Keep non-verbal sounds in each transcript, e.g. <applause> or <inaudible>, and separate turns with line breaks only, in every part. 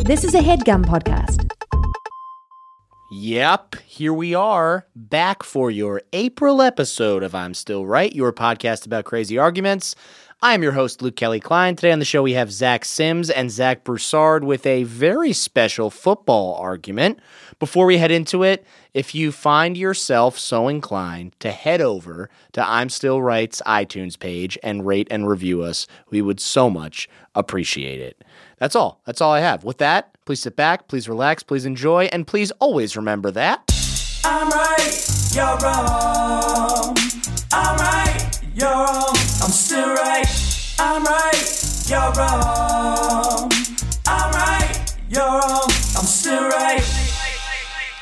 This is a headgum podcast.
Yep, here we are back for your April episode of I'm Still Right, your podcast about crazy arguments. I'm your host, Luke Kelly Klein. Today on the show, we have Zach Sims and Zach Broussard with a very special football argument. Before we head into it, if you find yourself so inclined to head over to I'm Still Right's iTunes page and rate and review us, we would so much appreciate it. That's all. That's all I have. With that, please sit back, please relax, please enjoy, and please always remember that.
I'm right, you're wrong. I'm right, you're wrong. I'm still right. I'm right, you're wrong. I'm right, you're wrong. I'm still right.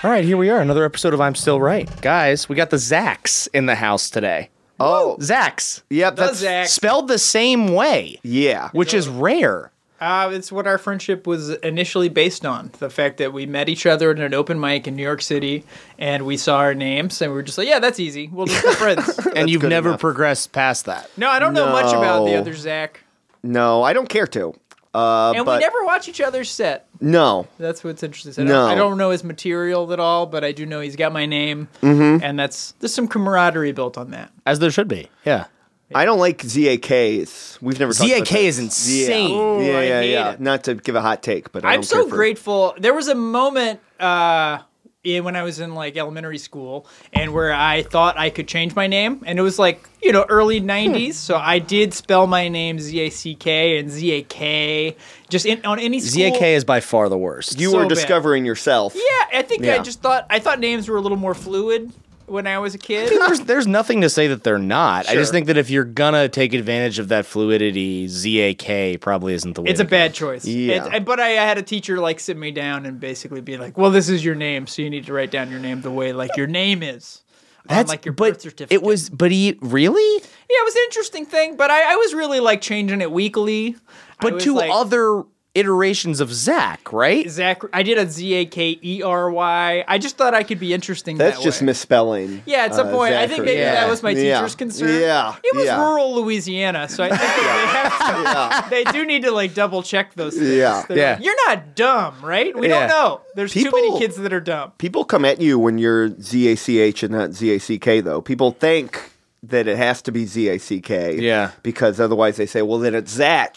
All right, here we are. Another episode of I'm Still Right. Guys, we got the Zacks in the house today.
Oh,
Zacks.
yep. That's
Zach.
Spelled the same way,
yeah.
which is rare.
Uh, it's what our friendship was initially based on the fact that we met each other at an open mic in New York City and we saw our names and we were just like, yeah, that's easy. We'll just be friends.
And you've
good
never
enough.
progressed past that.
no, I don't know much about the
No.
other Zach.
No, I don't care to. Uh,
And
but
we never watch each other's set.
no.
That's what's interesting. I,
No.
don't, I don't know his material at all, but I do know he's got my name. Mm-hmm. And that's there's some camaraderie built on that.
As there should be. Yeah.
I don't like ZAKs. We've never talked about
ZAK is
that.
insane.
Yeah,
Ooh,
yeah,
I
yeah,
hate
yeah.
it.
Not to give a hot take, but I
I'm
don't care
so
for-
grateful. There was a moment uh, in, when I was in like elementary school, and where I thought I could change my name, and it was like you know
Hmm.
early '90s, so I did spell my name Z A C K and Z A K, just in, on any school.
ZAK is by far the worst.
You
so
were
bad.
discovering yourself.
Yeah, I think
Yeah.
I just thought I thought names were a little more fluid when I was
<laughs>
a kid.
<laughs> there's, there's nothing to say that they're not. I just
Sure.
think that if you're gonna take advantage of that fluidity, ZAK probably isn't the way.
It's a
to go.
bad choice.
Yeah.
It's- I- but I, I had a teacher like sit me down and basically be like, "Well, this is your name, so you need to write down your name the way like your name is." on,
That's
like your
but
birth certificate.
It was, but he really,
Yeah, it was an interesting thing, but I, I was really like changing it weekly. I
but
was,
to
like,
other iterations of Zach, right?
Zach, I did a Z A K E R Y. I just thought I could be interesting.
That's
that
just
way.
misspelling.
Yeah, at some
uh,
point, I think
Zachary.
maybe
Yeah.
that was my
Yeah.
teacher's concern.
Yeah.
it was
Yeah.
rural Louisiana, so I think they,
<laughs>
have to- they do need to like double check those things.
Yeah.
They're
Yeah.
like, You're not dumb, right? We
Yeah.
don't know. There's too
People-
many kids that are dumb.
People come at you when you're ZACH and not ZACK, though. People think that it has to be ZACK.
Yeah.
Because otherwise they say, well, then it's Zach.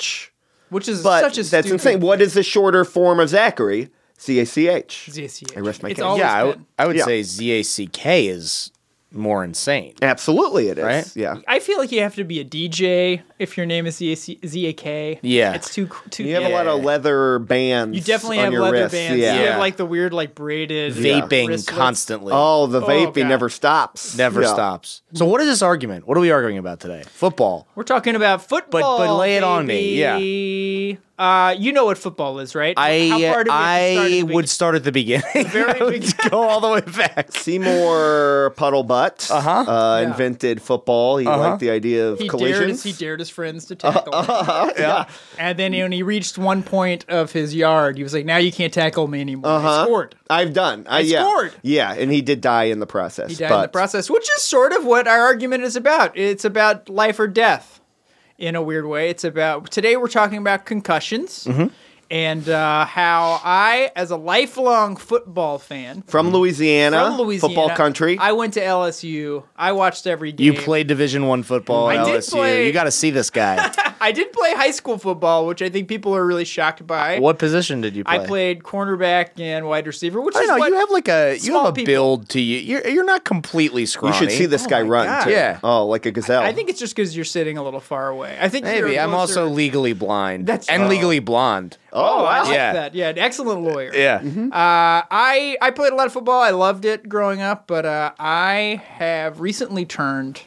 Which is
But
such a
that's
stupid
insane. What is the shorter form of Zachary? ZACH.
ZACH.
I rest my
It's
case.
always
yeah, I, w-
been.
I would
Yeah.
say ZACK is more insane.
Absolutely, it is.
Right?
Yeah.
I feel like you have to be a DJ if your name is Z-A-C- ZAK.
Yeah.
It's too cr- too
You have a lot of
Yeah.
leather bands.
You definitely
on
have
your
leather
wrists,
bands.
Yeah.
You
Yeah.
have like the weird like braided
Vaping
wristlets.
constantly
Oh, the vaping
God.
never stops.
never
Yeah.
stops. So what is this argument? What are we arguing about today? Football.
We're talking about football.
lay it on me, yeah.
me. Yeah. Uh, you know what football is, right? How
I
far do we have to start at
I
the
would start at the beginning. <laughs>
very
I would
beginning.
go all the way back.
<laughs>
Seymour Puddle Butt
Uh-huh.
uh,
Yeah.
invented football. He liked the idea of
beginning? he dared,
collisions.
his- he dared his friends to
Uh,
tackle. him. And then when he reached one point of his yard, he was like, "Now you can't tackle me anymore."
Uh-huh.
He scored.
I've done. I, yeah.
scored.
Yeah, and he did die in the process.
He died in the
but-
process, which is sort of what our argument is about. It's about life or death in a weird way. It's about today we're talking about concussions
Mm-hmm.
and uh, how I, as a lifelong football fan
From Louisiana,
Mm-hmm. from Louisiana,
football country.
I went to LSU. I watched every game.
You played Division One football at
I did
LSU.
play-
You got to see this
<laughs>
guy.
I did play high school football, which I think people are really shocked by.
what position did you play?
I played cornerback and wide receiver, which
I
is
don't know
what
you have like a you
small
have a
people-
build to you. You're, you're not completely
you
scrawny.
should see this guy run.
God.
Too.
Yeah.
Oh, like a gazelle.
I think it's just because you're sitting a little far away. I think
Maybe
you're
I'm also
closer-
legally blind.
That's-
and
Oh.
legally blonde.
Oh, I like
Yeah.
that. Yeah, an excellent lawyer.
Yeah.
Uh, I I played a lot of football. I loved it growing up, but uh, I have recently turned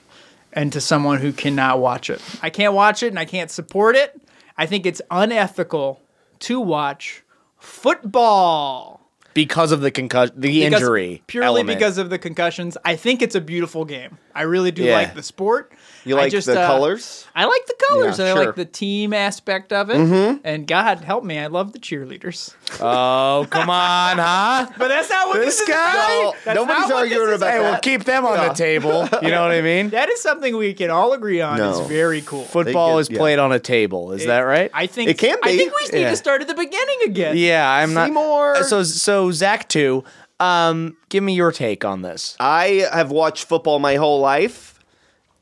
into someone who cannot watch it. I can't watch it, and I can't support it. I think it's unethical to watch football
Because of the concussion, the
Because-
injury.
purely
element.
because of the concussions. I think it's a beautiful game. I really do
Yeah.
like the sport.
You
I
like
just,
the
uh,
colors?
I like the colors
Yeah,
and I
sure. Mm-hmm.
like the team aspect of it. And God help me, I love the cheerleaders.
Oh, come on,
<laughs>
huh?
But that's not what this,
This
is
guy?
about. That's
Nobody's
not what
arguing
this is
about
Hey,
about.
we'll keep them on the table. You know what I mean?
That is something we can all agree on.
No.
is very cool.
Football
get-
is
yeah.
played on a table. Is that right?
I think
It can
I
be.
think we need
Yeah.
to start at the beginning again.
yeah, I'm not.
Seymour.
So, so Zach too. Um, give me your take on this.
I have watched football my whole life,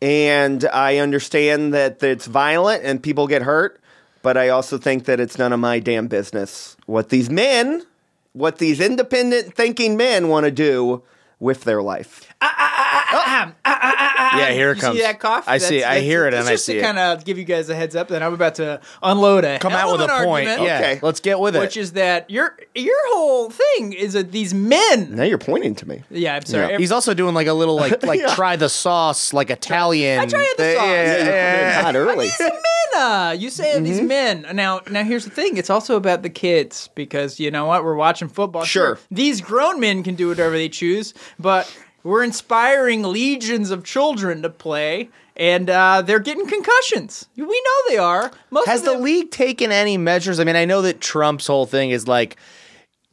and I understand that it's violent and people get hurt, but I also think that it's none of my damn business what these men, what these independent thinking men want to do with their life.
yeah, here
Ah, You
it comes.
see that cough?
I see. I hear it
that's
and I
just
see
to
it.
kind of give you guys a heads up that I'm about to unload a
Come
hell
out
of
with a
an
point.
argument,
Yeah,
Okay.
let's get with it.
which is that your your whole thing is that these men.
Now you're pointing to me.
Yeah, I'm sorry.
Yeah.
Every-
He's also doing like a little <laughs> like like
Yeah.
try the sauce like Italian.
I tried the
Yeah,
sauce.
yeah, yeah, yeah. <laughs>
Not early.
Anna, you say these
Mm-hmm.
men. Now, now here's the thing. It's also about the kids because you know what? We're watching football.
Sure.
these grown men can do whatever they choose, but we're inspiring legions of children to play, and uh, they're getting concussions. We know they are. Most
Has
of
the
them-
league taken any measures? I mean, I know that Trump's whole thing is like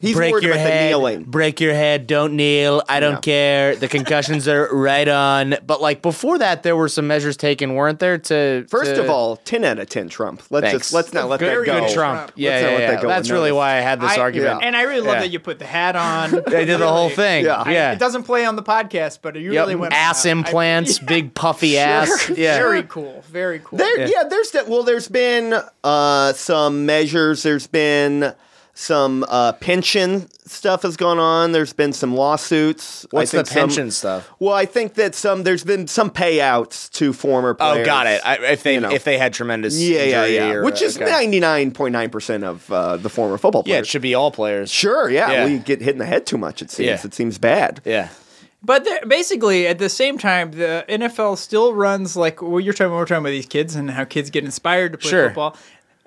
He's
break
worried
your
about
head,
the kneeling.
break your head, don't kneel. I don't care. The concussions <laughs> are right on. But like before that, there were some measures taken, weren't there? To
First
to-
of all, ten out of ten, Trump. Let's
Thanks.
just let's not let
good,
that go.
Good Trump. Yeah,
Let's not
yeah,
let
yeah.
that go
That's really
unnoticed.
why I had this
I-
argument.
yeah.
And I really love
Yeah.
that you put the hat on.
<laughs> They did the whole thing.
Yeah.
Yeah, yeah.
It doesn't play on the podcast, but you
Yep.
really went
ass
out.
<laughs>
I- <laughs>
implants, big puffy ass. Yeah.
Very cool. Very cool.
There, yeah. there's de- well, there's been uh, some measures. There's been some uh, pension stuff has gone on. There's been some lawsuits.
What's
I think
the
some-
pension stuff?
Well, I think that some there's been some payouts to former players.
Oh, got it. I, if they
You know.
if they had tremendous
yeah, yeah,
injury
yeah.
or-
Which is
okay.
ninety nine point nine percent of uh, the former football
Yeah,
players.
it should be all players.
sure, yeah.
Yeah.
We get hit in the head too much. It seems.
Yeah.
It seems bad.
Yeah.
But they're- basically, at the same time, the NFL still runs like well, you're talking. We're talking about these kids and how kids get inspired to play
Sure.
football.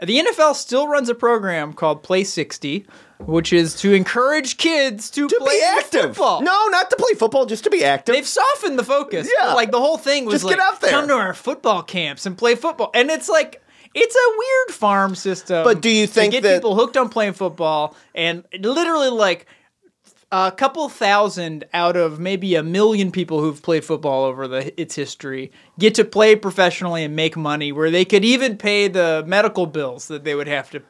The NFL still runs a program called Play 60, which is to encourage kids to,
To
play
be active.
football.
No, not to play football. Just to be active.
They've softened the focus.
Yeah.
But, Like the whole thing was
Just get
like,
out there.
come to our football camps and play football. And it's like, it's a weird farm system.
But do you
to
think
get
that-
people hooked on playing football and literally like a couple thousand out of maybe a million people who've played football over the, its history get to play professionally and make money where they could even pay the medical bills that they would have to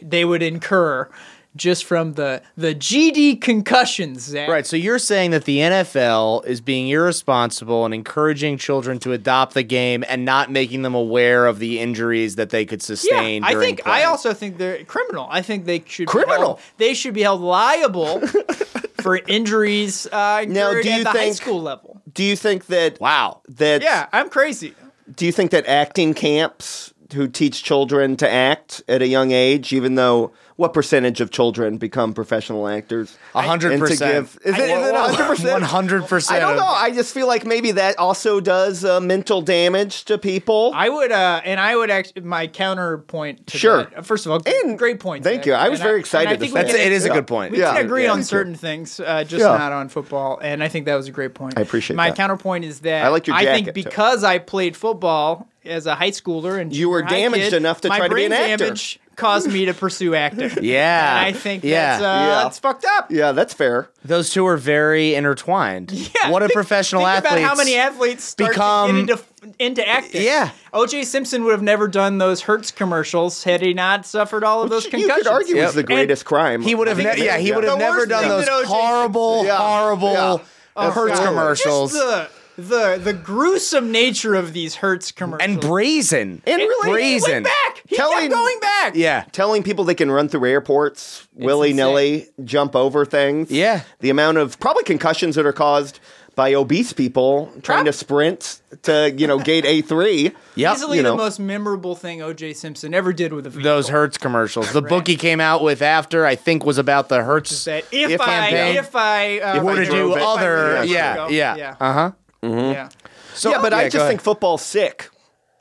they would incur just from the the GD concussions Zach.
Right. So you're saying that the NFL is being irresponsible and encouraging children to adopt the game and not making them aware of the injuries that they could sustain.
I
during
think I
play.
also think they're criminal. I think they should Be
Criminal?
held, they should be
<laughs>
held liable for injuries uh,
Now,
incurred
do
at
you
the high
think-
school level.
Do you think that?
Wow.
That
Yeah, I'm crazy.
do you think that acting camps who teach children to act at a young age, even though what percentage of children become professional actors?
A hundred
And to
percent.
give- Is it is it a hundred percent?
One hundred
I
percent.
don't know. I just feel like maybe that also does uh, mental damage to people.
I would, uh, and I would actually my counterpoint. To
Sure.
that- uh, first of all,
And-
great point.
thank
Zach.
you. I was
And
very
and
excited
I
to
think
say
we
That's
can-
it. Is a good point.
We
Yeah.
can agree
Yeah.
on
Thank you.
certain things, uh, just
Yeah.
not on football. And I think that was a great point.
I appreciate
My
that.
counterpoint is that
I like your
I think
jacket, too.
because I played football as a high schooler and
You were
junior high
damaged
kid,
enough to
my
try to be
brain
an actor.
damage caused me to
<laughs>
pursue acting.
Yeah.
And I think
Yeah.
that's, uh,
Yeah.
that's fucked up.
yeah, that's fair.
Those two are very intertwined.
Yeah,
What a
think-
professional
think
athlete.
About how many athletes start
become-
to get into, into acting.
Yeah.
O.J. Simpson would have never done those Hertz commercials had he not suffered all of those
you
concussions.
could argue
Yep.
is the greatest crime.
He would have,
I think
ne- yeah, he would have
The
never
worst
done
thing
those
that OJ
horrible,
Yeah.
horrible
Yeah.
uh, Hertz
Absolutely.
commercials
Just the, the the gruesome nature of these Hertz commercials
and brazen
And really,
He
brazen.
went back. He
Telling-
kept going back.
Yeah,
telling people they can run through airports willy nilly, jump over things.
Yeah.
The amount of probably concussions that are caused by obese people trying to sprint to, you know, gate
<laughs>
A3.
Yep.
Easily
You know.
the most memorable thing O.J. Simpson ever did with a vehicle.
those Hertz commercials. The book he came out with after, I think, was about the Hertz.
that if,
If
I
campaign.
if I uh,
Were to
if I
do
drove it, if I
other,
really
yeah,
drove it,
yeah, uh huh.
yeah.
So
yeah, but
go
I just
ahead.
think football's sick.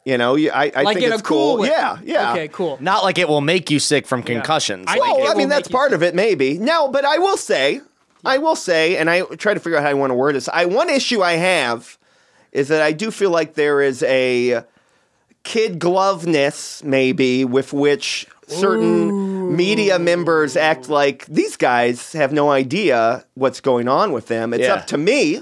You know, you- I, I
Like
think
in a
it's
cool way.
Yeah, yeah.
Okay, cool.
not like it will make you sick from concussions.
I
Like,
think
Well, I
it will
mean, that's
make you
part of it, maybe. No, but I will say, I will say, and I try to figure out how I want to word this. I one issue I have is that I do feel like there is a kid gloveness maybe with which certain media members act like these guys have no idea what's going on with them. It's
Yeah.
up to me,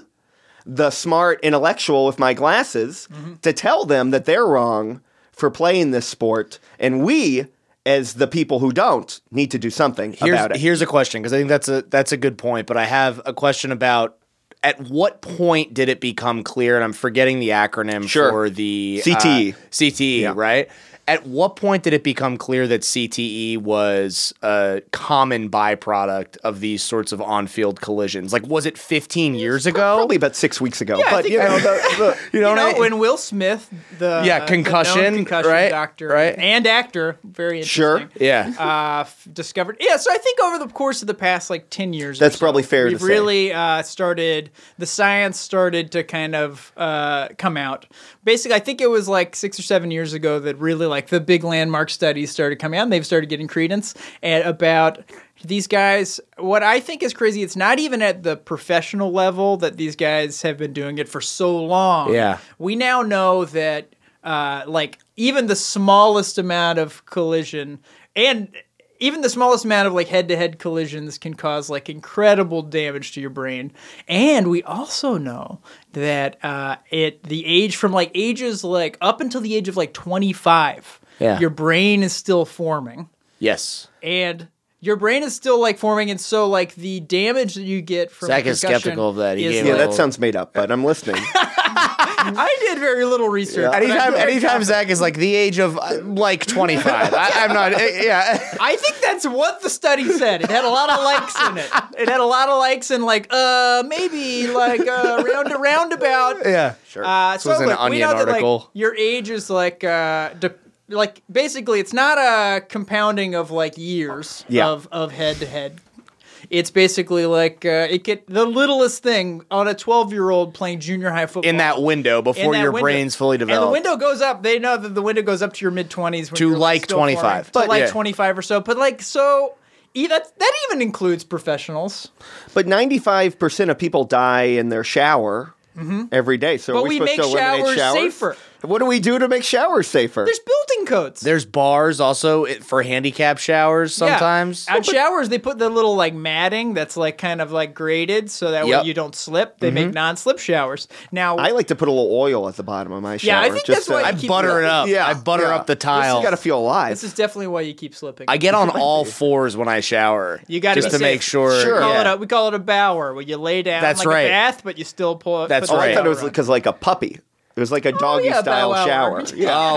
the smart intellectual with my glasses,
Mm-hmm.
to tell them that they're wrong for playing this sport, and we. As the people who don't need to do something
here's,
about it.
Here's a question because I think that's a that's a good point, but I have a question about at what point did it become clear? And I'm forgetting the acronym
Sure.
for the
CTE.
uh, CTE,
Yeah.
right? At what point did it become clear that CTE was a common byproduct of these sorts of on-field collisions? Like, was it 15 years ago?
Probably about six weeks ago.
I
but
think-
you know, the, the,
<laughs> You
what I
know,
mean?
when Will Smith,
Yeah,
the uh, the known
concussion,
concussion
right,
doctor,
right.
and actor, very
Sure.
interesting.
yeah.
uh, f- discovered. Yeah, so I think over the course of the past like ten years, or
That's
so,
probably fair
We've
to say.
really uh, started the science started to kind of uh, come out. Basically, I think it was like six or seven years ago that really like the big landmark studies started coming out, and they've started getting credence and about. These guys, what I think is crazy, it's not even at the professional level that these guys have been doing it for so long.
Yeah.
We now know that, uh, like, even the smallest amount of collision and even the smallest amount of like head-to-head collisions can cause like incredible damage to your brain and we also know that uh, at the age from like ages like up until the age of like 25
Yeah.
your brain is still forming
<laughs> yes.
and your brain is still like forming and so like the damage that you get from
Zach is
concussion
skeptical of that. He
is,
gave
yeah,
a
like-
that sounds made up, but I'm listening.
i did very little research but I
Anytime,
feel very
anytime Zach is like the age of uh, like 25, I, I'm not. <laughs> Yeah,
I think that's what the study said. It had a lot of likes in it. It had a lot of likes and like uh maybe like uh round roundabout.
yeah, sure.
Uh, so
was an
look,
Onion
we know that, like,
article.
your age is like uh de- like basically it's not a compounding of like years
Yeah.
of of head to head. It's basically like uh, it could the littlest thing on a 12-year-old playing junior high football
in that window
in
before
that
your
window.
brain's fully developed.
And the window goes up. They know that the window goes up to your mid twenties
To like 25.
but
But-
like
yeah.
twenty five or so. But like so, e- that that even includes professionals.
but 95% of people die in their shower every day. So
Mm-hmm. But
are we,
we
supposed
make
to eliminate
showers
showers,
safer.
What do we do to make showers safer?
There's building codes.
There's bars also it- for handicap showers
Yeah.
sometimes.
Out showers, they put the little like matting that's like kind of like graded so that
Yep. Mm-hmm.
way you don't slip. They make non-slip showers. Now,
I like to put a little oil at the bottom of my
Yeah,
shower.
I think that's
just
why
to-
you
I
keep
butter
it
it up.
yeah,
I butter
yeah.
up the
You got to
tile.
feel alive.
this is definitely why you keep slipping.
I get on all fours when I shower.
You gotta
just
be
to make
safe.
sure. Oh,
Sure.
we call it
yeah.
a we call it a bower where you lay down
That's
like
right.
a bath, but you still pull.
That's
put
oh,
the
I
right.
thought it was
towel around.
because like a puppy. It was like a doggy
Oh, yeah,
style
bow wow.
shower.
Oh,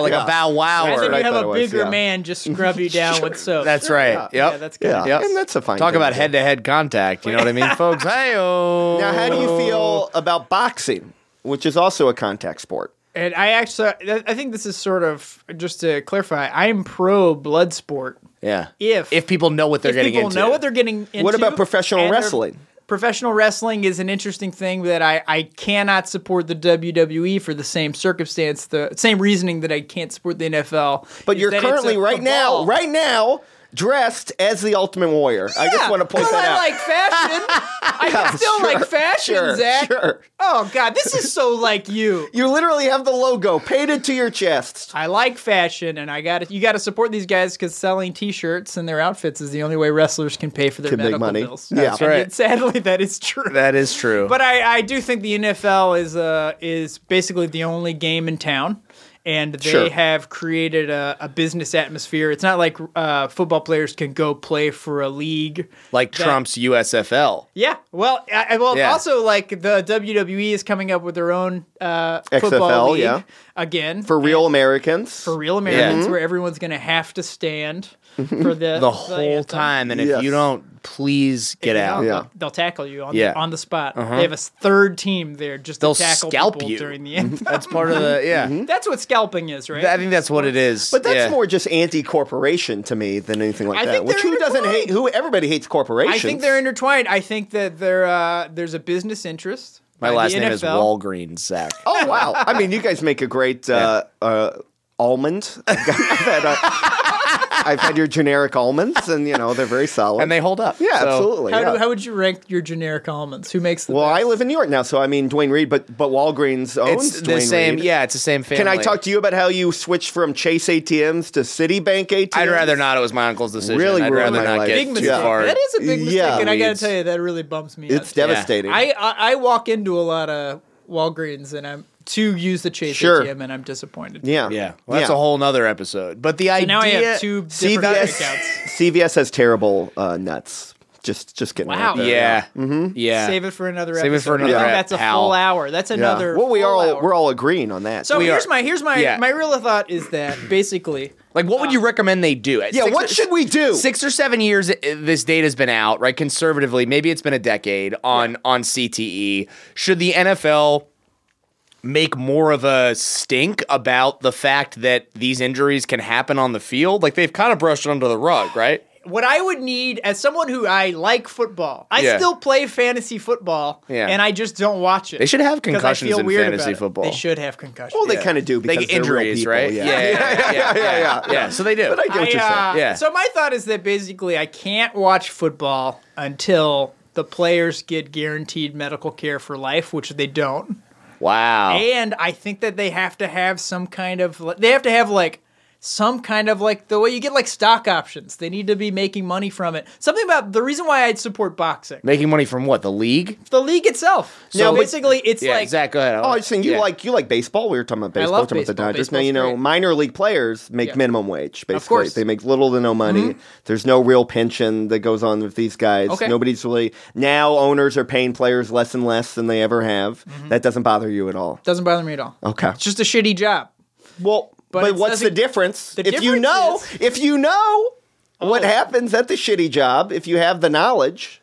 like
Yeah.
a bow
That's what
And then you
wower.
I thought
have a
it was,
bigger
yeah.
man just scrub you down
<laughs>
with soap.
That's right. Yep.
Yeah, that's good.
Yeah.
Yep.
And that's a fine
Talk
thing
about
to do.
head to head contact. You know what I mean, folks? Hey, oh.
Now, how do you feel about boxing, which is also a contact sport?
And I actually, I think this is sort of just to clarify. I am pro blood sport.
Yeah.
If-
if people know what they're
if
getting
people
into.
know what they're getting into.
What about professional
and they're-
wrestling?
Professional wrestling is an interesting thing that I, I cannot support the WWE for the same circumstance, the same reasoning that I can't support the NFL.
But
is
you're
that it's a
currently right now,
cabal.
right now, dressed as the Ultimate Warrior. I just
Yeah.
want to point
Well,
that out.
I like <laughs>
<laughs>
fashion. I can still like fashion,
sure,
Zach.
sure.
Oh God, this is so like you.
You literally have the logo painted to your chest.
I like fashion, and I got to You got to support these guys because selling T-shirts and their outfits is the only way wrestlers can pay for their
Can make
medical
money.
bills.
Yeah. That's
And
right.
yet, sadly, that is true.
that is true.
but I, I do think the NFL is uh is basically the only game in town, and they
Sure.
have created a, a business atmosphere. It's not like uh, football players can go play for a league.
like
that-
Trump's USFL.
Yeah. Well, I, I- well,
Yeah.
also like the WWE is coming up with their own uh, football
XFL,
league
yeah.
again
For real Americans.
for real
Mm-hmm.
Americans, where everyone's gonna have to stand for the
<laughs> The whole
anthem.
time, and if
Yes.
you don't, please get out.
Yeah.
They'll, they'll tackle you on
Yeah. Uh-huh.
the, on the spot. They have a s- third team there just
They'll
to tackle
scalp
people
you. <laughs>
during the anthem.
That's part of the yeah.
<laughs> That's what scalping is, right?
I think that's what it is.
but that's
yeah.
more just anti-corporation to me than anything like
I
that.
think
which
they're
who doesn't hate? Who everybody hates corporations.
I think they're intertwined. I think that there uh, there's a business interest.
My
by the
last name is
NFL.
Walgreens, Zach.
Oh wow!
<laughs>
I mean, you guys make a great uh, uh, almond. that, uh, I've had your generic almonds, and you know they're very solid.
and they hold up.
yeah,
So-
absolutely.
How,
yeah.
do, how would you rank your generic almonds? Who makes the
well, I
best?
live in New York now, so I mean Dwayne Reed, but but Walgreens owns
It's the
Dwayne
same.
Reed.
Yeah, it's the same family.
Can I talk to you about how you switched from Chase ATMs to Citibank ATMs?
I'd rather not. It was my uncle's decision.
Really
I'd
ruined
rather
my
not
life.
get
big
too
mistake.
far.
That is a big mistake,
Yeah,
and I gotta
weeds.
tell you, that really bums me.
It's
up.
devastating.
I, I I walk into a lot of Walgreens and I'm to use the Chase
Sure.
ATM and I'm disappointed.
yeah,
Yeah, well, that's
Yeah.
a whole nother episode. But the
So
idea
now I have two different bank
CVS
accounts.
CVS has terrible uh, nuts. Just just getting
Wow.
out there.
Yeah, Mm-hmm.
Mm-hmm.
yeah.
Save it for another.
Save it
episode.
for another
I think
ep,
that's a
pal.
full hour. That's another.
Well, we
full
all
hour.
we're all agreeing on that.
So
we
here's
are.
my here's my
Yeah.
my real thought is that basically
Like, what would
Ah.
you recommend they do? At
yeah,
six
what
or-
should we do?
Six or seven years, uh, this data's been out, right? Conservatively, maybe it's been a decade on on CTE. Should the NFL make more of a stink about the fact that these injuries can happen on the field? Like they've kind of brushed it under the rug, right?
what I would need as someone who I like football. I
Yeah.
still play fantasy football,
Yeah.
and I just don't watch it.
They should have
'cause I
concussions
feel
in
weird
fantasy
about it.
football.
They should have concussions.
Well, they kind of do because
Like
they're real
injuries,
people,
right?
Yeah.
yeah, yeah,
<laughs>
yeah, yeah,
yeah.
yeah. So they do.
But I get what you're saying.
I, uh,
Yeah.
So my thought is that basically I can't watch football until the players get guaranteed medical care for life, which they
Oh.
don't.
wow.
And I think that they have to have some kind of they have to have like some kind of like the way you get like stock options. They need to be making money from it. Something about the reason why I'd support boxing.
Making money from what? The league?
The league itself.
No,
So
but-
basically it's
Yeah,
like
Zach, go ahead.
Oh, I was saying you
Yeah.
like you like baseball. We were talking about baseball,
love
talking
baseball.
about the Dodgers. Now
Baseball's
you know
great.
minor league players make
Yeah.
minimum wage. Basically,
course. Mm-hmm.
they make little to no money. There's no real pension that goes on with these guys.
Okay.
Nobody's really now owners are paying players less and less than they ever have.
Mm-hmm.
That doesn't bother you at all.
doesn't bother me at all.
Okay.
It's just a shitty job.
Well,
But
but,
it's
what's the
nothing-
difference?
The
if you
difference
know,
is- Oh.
if you know what happens at the shitty job, if you have the knowledge,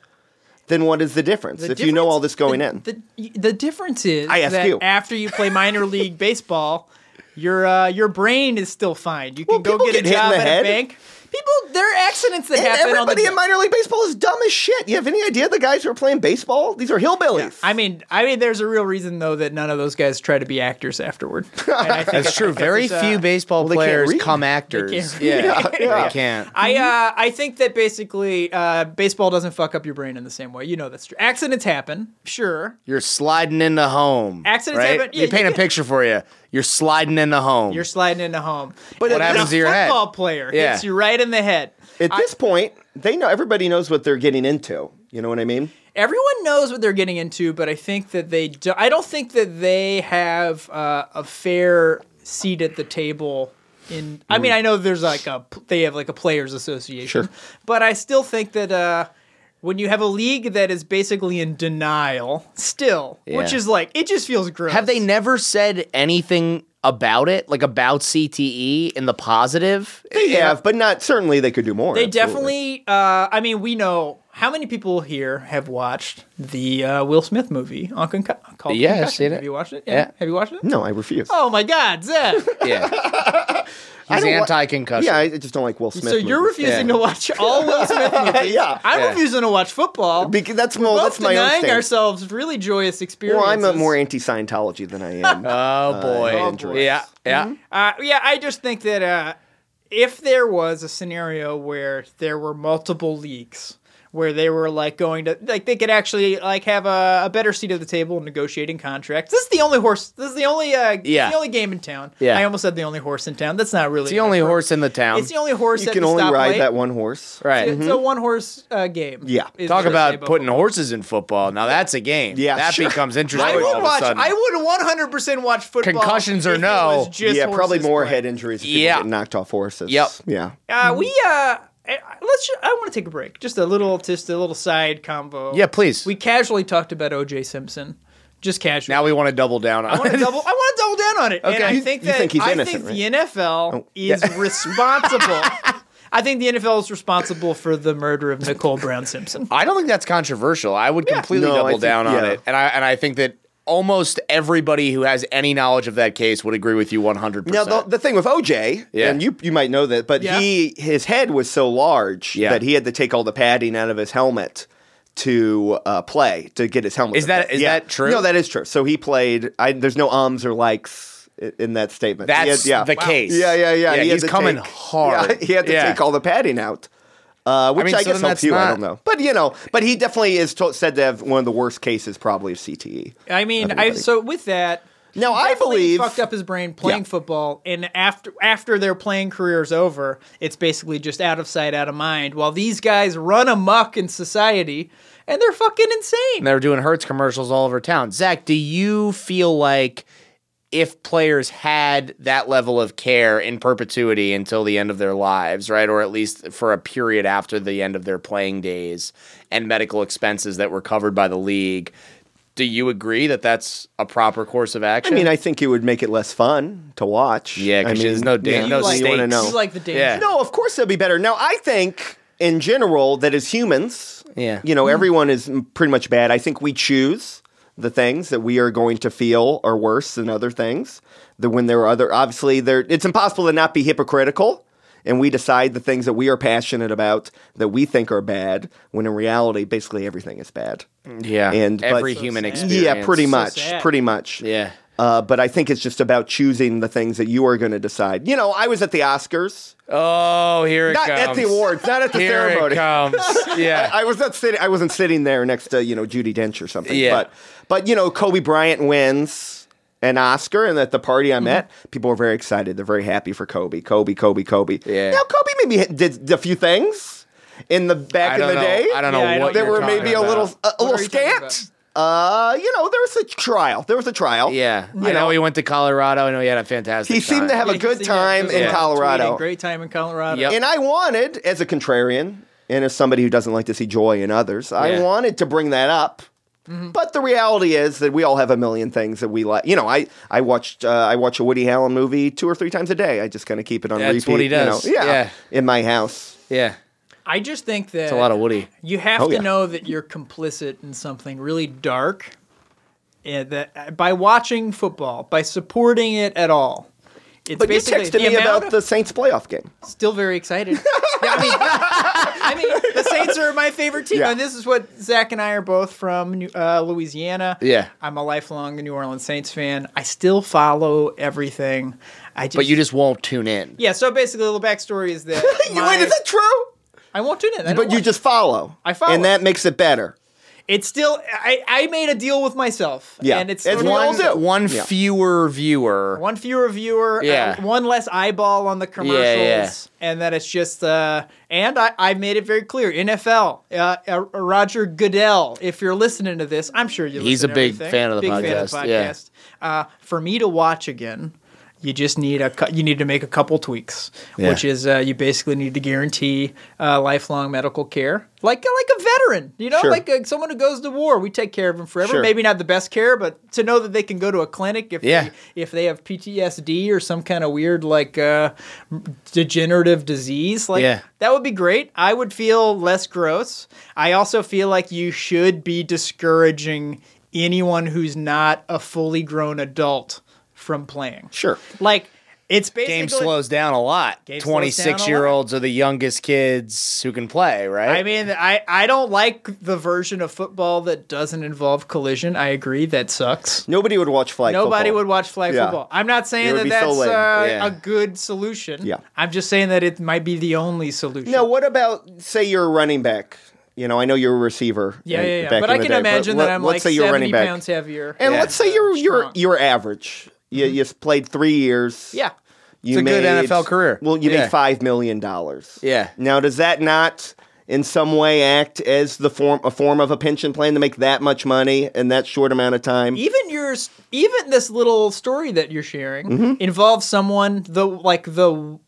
then what is the difference?
The
if you know all this
difference-
going
the-
in,
The, the difference is
I ask
that
you.
after you
<laughs>
play minor league baseball, your uh, your brain is still fine. You can
Well,
go
people
get,
get
a
hit in
job
the
at
head.
a bank. People, there are accidents that
And
happen on
everybody
the.
in minor league baseball is dumb as shit. You have any idea the guys who are playing baseball? These are hillbillies.
I mean, I mean, there's a real reason though that none of those guys try to be actors afterward. <laughs> And I think
That's true. Very
it's, uh,
few baseball
they can't
players
read.
come actors.
can't
Yeah,
Yeah.
they can't.
I
Mm-hmm.
uh, I think that basically uh, baseball doesn't fuck up your brain in the same way. You know that's true. Accidents happen, sure.
You're sliding into home.
Accidents
right?
happen. Yeah,
you paint
you
a
get-
picture for you. You're sliding into home.
You're sliding into home.
But
But
it-
happens to your head?
Football player
Yeah.
hits you right in the head.
At this point, they know everybody knows what they're getting into. You know what I mean?
everyone knows what they're getting into, but I think that they do, I don't think that they have uh, a fair seat at the table. In I mean, I know there's like a they have like a players association,
Sure.
but I still think that uh, when you have a league that is basically in denial, still, which
Yeah.
is like it just feels gross.
Have they never said anything about it, like about CTE in the positive?
They have, but not certainly they could do more.
They
absolutely.
definitely. Uh, I mean, we know how many people here have watched the uh, Will Smith movie on Concu- called
Yeah, I've
Concussion.
seen it.
Have you watched it?
Yeah.
Have you watched it?
No, I refuse.
Oh my God, Zach!
Yeah.
<laughs>
He's
don't wa-
anti-concussion.
Yeah, I I just don't like Will Smith.
so you're
movies.
refusing
Yeah.
<laughs>
to watch all Will Smith movies.
Yeah.
I'm
Yeah.
refusing to watch football.
because that's well,
Both
that's my own
denying
stance.
ourselves really joyous
well,
experiences.
I'm uh, more anti-Scientology than I
<laughs>
am.
oh boy.
Oh, boy.
Yeah. Yeah.
Uh, yeah, I just think that uh, if there was a scenario where there were multiple leagues, where they were like going to like they could actually like have a, a better seat at the table in negotiating contracts. This is the only horse. This is the only uh,
Yeah.
the only game in town.
Yeah.
I almost said the only horse in town. That's not really
It's the only horse in the town.
It's the only horse.
you
at
can
the
only ride
stoplight.
that one horse.
right.
It's a one horse uh, game.
Yeah.
is
Talk
what they
about
both-
putting horses in football. Now that's a game.
Yeah,
That
sure.
becomes
I
interesting all
would
of
watch.
a sudden.
I would one hundred percent watch football.
Concussions or
if it
no.
was just
yeah, probably
horses
more
playing.
head injuries. If people
Yeah.
get knocked off horses.
Yep.
Yeah.
Uh, we uh, eh, let's. Ju- I want to take a break. Just a little, just a little side combo.
Yeah, please.
We casually talked about O.J. Simpson, just casually.
now we want to double down on
I want to
it.
double. I want to double down on it. And
Okay.
I
You-
think
you
that
think he's
I
innocent,
think the NFL
Oh,
is
<laughs>
responsible. I think the NFL is responsible for the murder of Nicole Brown Simpson.
<laughs> I don't think that's controversial. I would completely
No, I
double
think-
down on
yeah.
it, and I and I think that almost everybody who has any knowledge of that case would agree with you one hundred
Now
percent.
the, the thing with OJ,
Yeah.
and you you might know that, but
Yeah.
he his head was so large
Yeah.
that he had to take all the padding out of his helmet to uh, play to get his helmet.
Is that-
fit.
is that true?
No, that is true. So he played. I, there's no ums or likes. i- in that statement. He
That's
had- yeah.
the case.
Yeah, yeah, yeah. He had
he's
to
coming
take- <laughs>
hard.
Yeah, he had to
Yeah.
take all the padding out. Uh, which I,
mean, so
guess
then
helps
that's
you. I
not-
don't know, but you know, but he definitely is to- said to have one of the worst cases, probably of CTE.
I mean, I
Everybody.
so with that.
Now,
he
I
definitely
believe-
fucked up his brain playing
Yeah.
football, and after after their playing career's over, it's basically just out of sight, out of mind. While these guys run amok in society, and they're fucking insane.
And they were doing Hertz commercials all over town. Zach, do you feel like if players had that level of care in perpetuity until the end of their lives, right? Or at least for a period after the end of their playing days and medical expenses that were covered by the league, do you agree that that's a proper course of
I
action?
mean, I think it would make it less fun to watch.
Yeah, 'cause
I mean,
there's no da-
yeah,
no
you wanna
stakes.
know.
You like the danger.
Yeah.
No, of course that'd be better. Now, I think in general that as humans,
Yeah.
you know, everyone is m- pretty much bad. I think we choose the things that we are going to feel are worse than other things. That when there are other, obviously, there it's impossible to not be hypocritical. And we decide the things that we are passionate about that we think are bad, when in reality, basically everything is bad.
yeah.
And but-
every human experience.
Yeah, pretty much,
sad.
pretty much.
Yeah.
Uh, but I think it's just about choosing the things that you are going to decide. You know, I was at the Oscars
Oh, here it
not
comes.
at the awards, not at the
Here
ceremony.
it
<laughs>
comes. Yeah.
I was not sitting. I wasn't sitting there next to you know Judy Dench or something.
Yeah.
But but you know Kobe Bryant wins an Oscar, and at the party
Mm-hmm.
I'm at, people are very excited. They're very happy for Kobe. Kobe, Kobe, Kobe.
Yeah.
Now Kobe maybe hit- did, did a few things in the back
I
in
don't
the
know.
day.
I don't know
Yeah, I
what
don't-
That
you're
were
talking
maybe a little
about.
a, a little
are you talking
scant. Uh, you know, there was a trial. There was
<laughs>
a trial.
Yeah,
You
I know,
know.
he went to Colorado. I know he had a fantastic.
He seemed
time.
to have a
Yeah,
good
he's- yeah,
time
he's
in
tweeting,
Colorado.
Great time in Colorado.
Yep.
And I wanted, as a contrarian and as somebody who doesn't like to see joy in others, I
Yeah. Mm-hmm.
wanted to bring that up. But the reality is that we all have a million things that we like. You know, I I watched uh, I watch a Woody Allen movie two or three times a day. I just kind of keep it on
That's
repeat.
what he
you know.
does. Yeah.
in my house.
yeah,
I just think that
it's a lot of Woody.
You have
Oh,
to
yeah.
know that you're complicit in something really dark. And that by watching football, by supporting it at all, it's
But you
basically
texted
the
me
amount
about
of-
the Saints playoff game.
<laughs> Still very excited. Yeah, I mean, <laughs> I mean, the Saints are my favorite team,
Yeah.
and this is what Zach and I are both from New- uh, Louisiana.
Yeah.
I'm a lifelong New Orleans Saints fan. I still follow everything. I just,
But you just won't tune in.
yeah. So basically, the backstory is
<laughs>
that my-
Wait, is that true?
I won't tune in. I don't
But you
watch.
just follow.
I follow.
and that makes it better.
It's still I, I made a deal with myself.
Yeah.
and it's
It's
sort of-
one-
One, one
Yeah.
fewer viewer.
one fewer viewer. uh,
Yeah.
one less eyeball on the commercials,
yeah.
and that it's just. Uh, and I I made it very clear. NFL, uh, uh, Roger Goodell. If you're listening to this, I'm sure you.
He's
listen
a
to
big
everything.
fan of the
big Fan of the
podcast, yeah.
podcast. Uh, for me to watch again. You just need a cou- you need to make a couple tweaks,
Yeah.
which is uh, you basically need to guarantee uh, lifelong medical care, like like a veteran, you know,
Sure.
like uh, someone who goes to war. We take care of them forever.
Sure.
Maybe not the best care, but to know that they can go to a clinic if
Yeah.
they, if they have PTSD or some kind of weird like uh, degenerative disease, like
Yeah.
that would be great. I would feel less gross. I also feel like you should be discouraging anyone who's not a fully grown adult from playing.
Sure.
Like it's basically
Game slows down a lot.
Game slows down a lot.
Twenty-six year olds are the youngest kids who can play, right?
I mean, I, I don't like the version of football that doesn't involve collision. I agree, that sucks.
Nobody would watch flag.
Nobody
football.
would watch flag
Yeah.
football. I'm not
It
saying
would
that
be so
that's uh,
lame.
Yeah.
a good solution.
Yeah.
I'm just saying that it might be the only solution.
Now, what about say you're a running back? You know, I know you're a receiver.
yeah,
in-
yeah, yeah.
back
But
in
I
the
can
day,
imagine
let-
that I'm
let's say
like
you're a
70
running back.
pounds heavier.
And let's say you're you're
Strong. Mm-hmm.
you're average. You you played three years.
yeah.
you
It's a good NFL career.
Well, you
Yeah.
made five million dollars.
Yeah.
Now, does that not in some way act as the form a form of a pension plan to make that much money in that short amount of time?
Even your even this little story that you're sharing
Mm-hmm.
involves someone the like the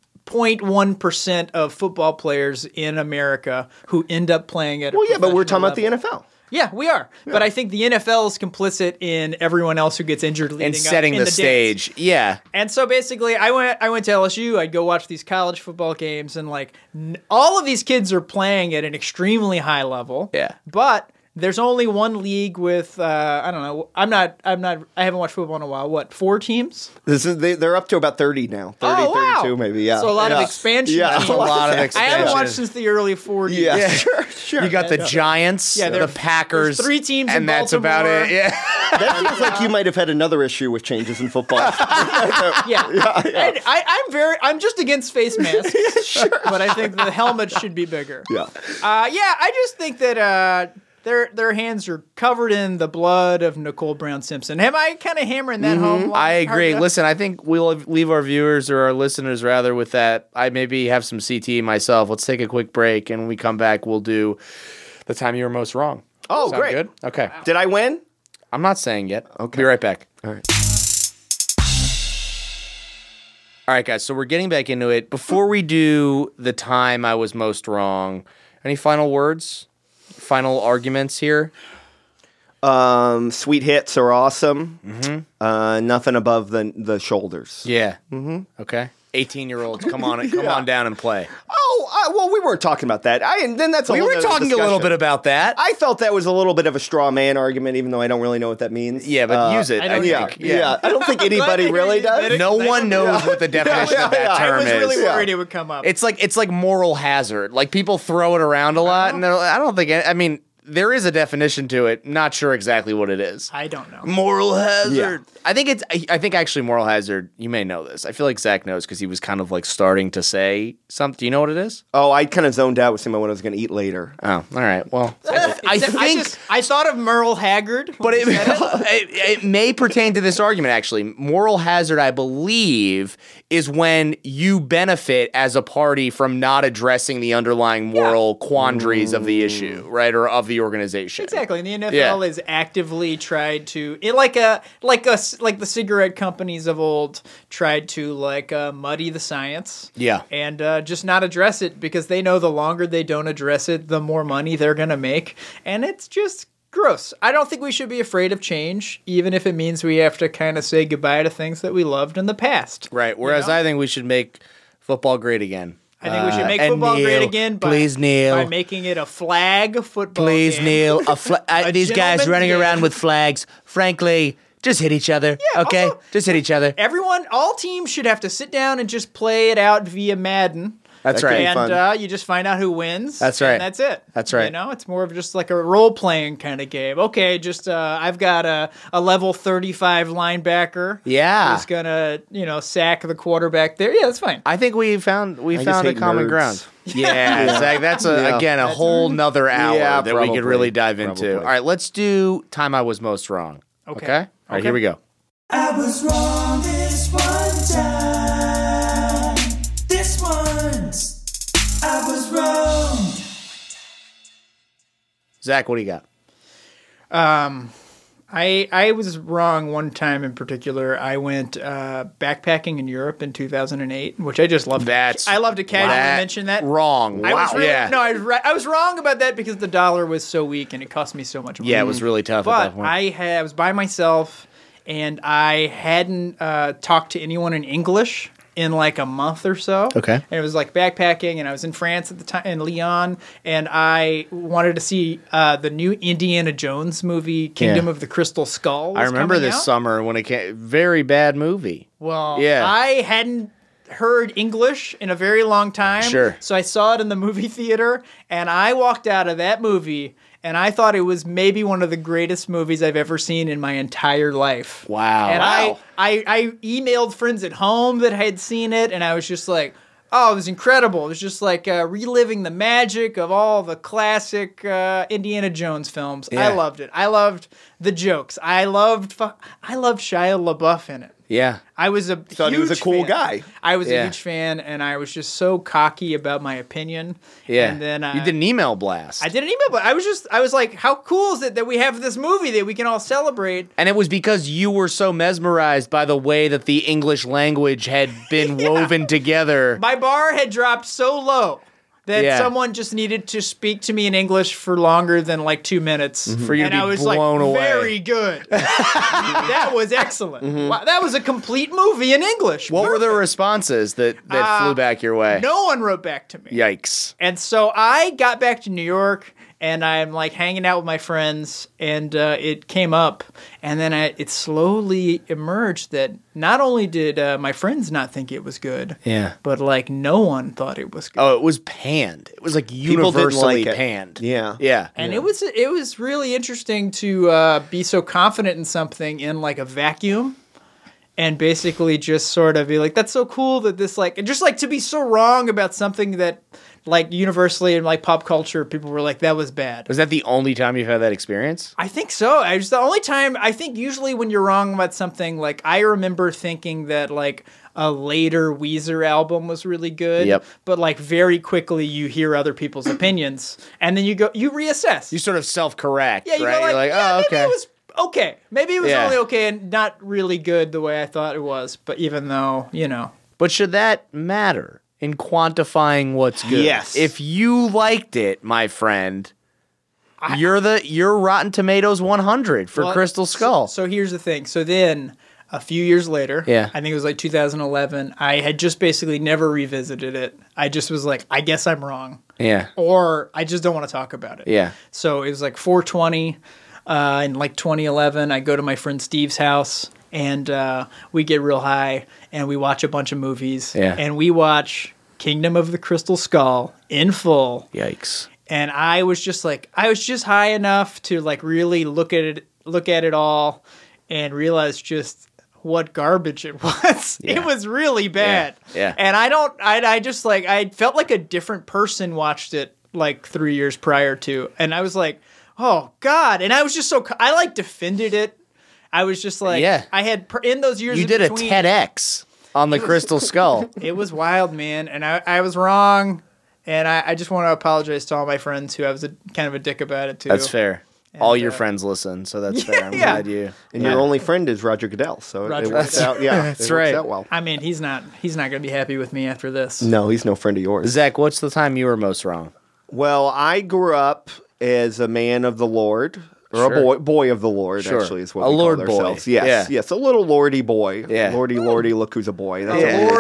0.1% of football players in America who end up playing at a
Well, yeah, but we're talking
professional
about the
level.
NFL.
Yeah, we are. But I think the NFL is complicit in everyone else who gets injured leading
and
up
setting
in
the,
dance.
stage. Yeah,
And so basically, I went I went to LSU. I'd go watch these college football games, and like n- all of these kids are playing at an extremely high level.
Yeah.
But There's only one league with uh, I don't know. I'm not. I'm not. I haven't watched football in a while. What four teams?
This is they, they're up to about thirty now. 30,
Oh, wow.
32 maybe. Yeah.
So a lot of
Yeah.
expansion
Yeah,
teams.
a lot
of
I
expansion.
haven't watched since the early 40s.
Yeah, <laughs>
<laughs> Yeah.
sure, sure.
You got the
Yeah.
Giants,
Yeah,
the
there-
Packers,
there's three teams
and
in
that's about
Baltimore.
it. Yeah,
<laughs> that seems like you might have had another issue with changes in football.
yeah. And I, I'm very. I'm just against
<laughs>
face masks. But I think the helmets should be bigger.
yeah.
Uh, yeah, I just think that uh, their their hands are covered in the blood of Nicole Brown Simpson. Am I kind of hammering that home?
Mm-hmm. I
Hard
agree.
enough?
Listen, I think we'll leave our viewers or our listeners rather with that. I maybe have some CT myself. Let's take a quick break, and when we come back, we'll do the time you were most wrong.
<laughs> Oh,
Sound
great.
good? Okay,
Did I win?
I'm not saying yet. Okay, be right back.
All right.
All right, guys. So we're getting back into it. Before we do the time I was most wrong, any final words? Final arguments here?
Um, sweet hits are awesome. Uh, nothing above the the shoulders.
Mm-hmm. Yeah. Mm-hmm. Okay. Eighteen-year-olds, come on, <laughs> come on down and play.
Oh, uh, well, we weren't talking about that. I and then that's a
We
whole
were
nother
talking a
discussion.
little bit about that.
I felt that was a little bit of a straw man argument, even though I don't really know what that means.
yeah, but
Uh,
use it.
I don't
Yeah,
think.
yeah, I don't
<laughs>
think anybody really does.
No one knows what the definition of that
yeah, yeah.
I
term
was really
is.
Yeah.
worried it would come up.
It's like it's like moral hazard. Like people throw it around a lot, and they're like, I don't think. I mean, there is a definition to it. Not sure exactly what it is.
I don't know.
Moral hazard. I think it's. I I think actually, moral hazard. You may know this. I feel like Zach knows because he was kind of like starting to say something. Do you know what it is?
Oh, I kind of zoned out with seeing what I was going to eat later.
Oh, all right. Well, I, I
Except I,
think.
just, I thought of Merle Haggard,
but it, <laughs> it, it may pertain to this argument actually moral hazard i believe is when you benefit as a party from not addressing the underlying moral quandaries of the issue right or of the organization
Exactly, and the NFL
Yeah.
has actively tried to, it, like a, like a, like the cigarette companies of old tried to like uh, muddy the science,
Yeah.
and uh, just not address it because they know the longer they don't address it, the more money they're gonna make, and it's just gross. I don't think we should be afraid of change, even if it means we have to kind of say goodbye to things that we loved in the past.
right whereas i think we should make football great again
I think we
Uh,
should make
and
football great
kneel.
again. By,
Please kneel.
by making it a flag football.
please
game.
kneel a
<laughs>
fla- uh, these guys
gentleman's
running
game.
around with flags frankly just hit each other okay
also-
just hit each other
everyone, all teams should have to sit down and just play it out via Madden.
That's
That could be
right.
And
fun.
uh, you just find out who wins.
That's right.
And that's it.
That's right.
You know, it's more of just like a role playing kind of game. Okay, just uh, I've got a, a level 35 linebacker.
Yeah.
Who's going to, you know, sack the quarterback there. Yeah, that's fine.
I think we found we
just
found a
hate
common
nerds.
<laughs>
ground. Yeah, Zach, that's a,
Yeah.
again a whole nother hour
Yeah,
that we
probably.
could really dive into.
Probably.
All right, let's do time I was most wrong. Okay.
Okay.
All right, here we go.
I was wrong this one time. This once. I was wrong.
Zach, what do you got?
I I was wrong one time in particular. I went uh, backpacking in Europe in 2008, which I just loved.
That's
I love to casually
that
mention that.
wrong.
I
wow.
was really,
yeah.
No, I was, ri- I was wrong about that because the dollar was so weak and it cost me so much money.
yeah, it was really tough at that
But
point.
I, had, I was by myself and I hadn't uh, talked to anyone in English in like a month or so.
Okay.
And it was like backpacking and I was in France at the time, in Lyon, and I wanted to see uh, the new Indiana Jones movie, Kingdom
Yeah.
of the Crystal Skull.
I
was
remember
coming
this
out.
summer when it came. Very bad movie.
Well,
Yeah.
I hadn't heard English in a very long time.
Sure.
So I saw it in the movie <laughs> theater, and I walked out of that movie, and I thought it was maybe one of the greatest movies I've ever seen in my entire life.
Wow.
And
Wow.
I, I, I emailed friends at home that had seen it, and I was just like, oh, it was incredible. It was just like uh, reliving the magic of all the classic uh, Indiana Jones films.
Yeah.
I loved it. I loved the jokes. I loved, fu- I loved Shia LaBeouf in it.
Yeah.
I was a
Thought he was
huge
a cool
fan.
guy.
I was
Yeah.
a huge fan, and I was just so cocky about my opinion.
Yeah.
and then I,
you did an email blast.
I did an email, but I was just I was like, how cool is it that we have this movie that we can all celebrate?
And it was because you were so mesmerized by the way that the English language had
<laughs>
been <laughs> woven together.
My bar had dropped so low that
Yeah.
someone just needed to speak to me in English for longer than like two minutes
For you to
and
be
I was
blown
like,
away. <laughs>
Very good. that was excellent. Wow, that was a complete movie in English.
Mm-hmm. What were the responses that that
Uh,
flew back your way?
No one wrote back to me.
Yikes.
And so I got back to New York and I'm like hanging out with my friends, and uh, it came up, and then I, it slowly emerged that not only did uh, my friends not think it was good,
Yeah.
but like no one thought it was good.
Oh, it was panned. It was like
didn't
universally
like it.
panned.
Yeah.
Yeah.
and it was it was really interesting to uh, be so confident in something in like a vacuum and basically just sort of be like that's so cool that this like and just like to be so wrong about something that like universally in like pop culture people were like that was bad
was that the only time you've had that experience?
I think so. I was the only time I think usually when you're wrong about something, like I remember thinking that like a later Weezer album was really good.
Yep.
But like very quickly you hear other
<clears throat>
people's opinions and then you go you reassess.
You sort of self correct,
yeah,
right?
you go like, yeah,
oh,
maybe
okay.
it was okay. Maybe it was
Yeah.
only okay and not really good the way I thought it was, but even though, you know.
But should that matter in quantifying what's good?
Yes.
If you liked it, my friend, you're the you're Rotten Tomatoes 100 for
Well,
Crystal Skull.
So here's the thing. So then a few years later,
Yeah.
I think it was like 2011, I had just basically never revisited it. I just was like, I guess I'm wrong.
yeah.
Or I just don't want to talk about it.
Yeah.
So it was like 420 uh, in like 2011. I go to my friend Steve's house and uh, we get real high and we watch a bunch of movies.
Yeah.
And we watch Kingdom of the Crystal Skull in full
Yikes.
and I was just like I was just high enough to like really look at it look at it all and realize just what garbage it <laughs> was. It was really bad.
yeah.
And I don't I I just like I felt like a different person watched it like 3 years prior to and I was like, "Oh god." And I was just so co- I like defended it. I was just like
Yeah.
I had per- in those years
You
in
did a
between,
TEDx on
<laughs>
the Crystal Skull.
it was wild, man, and I, I was wrong, and I, I just want to apologize to all my friends who I was a, kind of a dick about it too.
That's fair. All your
uh,
friends listen, so that's fair. I'm
<laughs> Yeah.
glad you.
And
yeah.
your only friend is Roger Goodell, so it-
Roger
it works
Goodell.
out.
<laughs>
Yeah,
That's
it works
right.
out well.
I mean, he's not he's not gonna be happy with me after this.
No, he's no friend of yours.
Zach, what's the time you were most wrong?
Well, I grew up as a man of the Lord, or
Sure.
a boy, boy of the Lord,
Sure.
actually, is what
A
we
lord
call
boy.
ourselves. Yes,
Yeah.
yes, a little lordy boy.
Yeah.
lordy, lordy, look who's a boy. That's
Yeah.
what we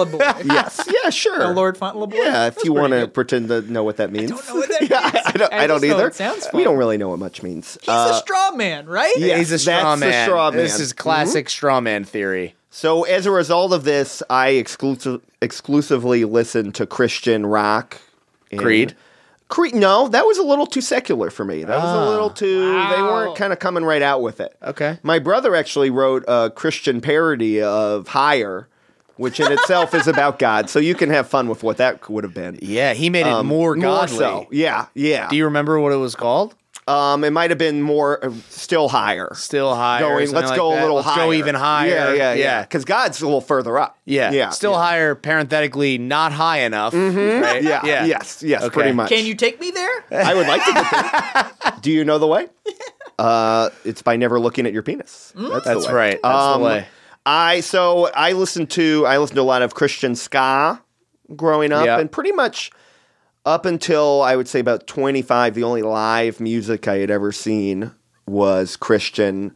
Lord
say.
Fontleboy. <laughs>
Yes, yeah, sure.
The Lord Fontleboy.
Yeah, if
That's
you want
pretty
to
good.
pretend to know what that means.
I don't know what
<laughs>
that means.
I don't, I
just
don't
know
either.
It sounds fun.
we don't really know what much means.
He's a straw man, right?
uh, Yeah.
He's a
Yes,
straw
that's the
man.
straw
This
man. Mm-hmm.
is classic straw man theory.
So as a result of this, I exclusive, exclusively listen to Christian rock. and-
Creed?
Creed. No, that was a little too secular for me. That was a little too. They
Wow.
weren't kind of coming right out with it.
Ah, Okay.
My brother actually wrote a Christian parody of Higher, which in itself is about God. So you can have fun with what that would have been. Um,
Yeah, he made it Um, more godly.
so. Yeah, yeah.
Do you remember what it was called?
um, it might have been more, uh, still higher.
Still higher.
Going,
something
let's
like
go
that.
a little
let's
higher.
Go even higher.
Yeah, yeah, yeah.
yeah.
Because God's a little further up.
Yeah.
yeah.
Still
yeah. Mm-hmm.
higher, parenthetically not high enough. right?
Yeah. Yes. Yes.
Okay.
Pretty much.
Can you take me there?
I would like to. Get there. Do you know the way? Uh, it's by never looking at your penis. That's, the
That's
way. Um,
right. That's the way.
I so I listened to I listened to a lot of Christian ska growing up,
Yeah.
and pretty much up until I would say about twenty five, the only live music I had ever seen was Christian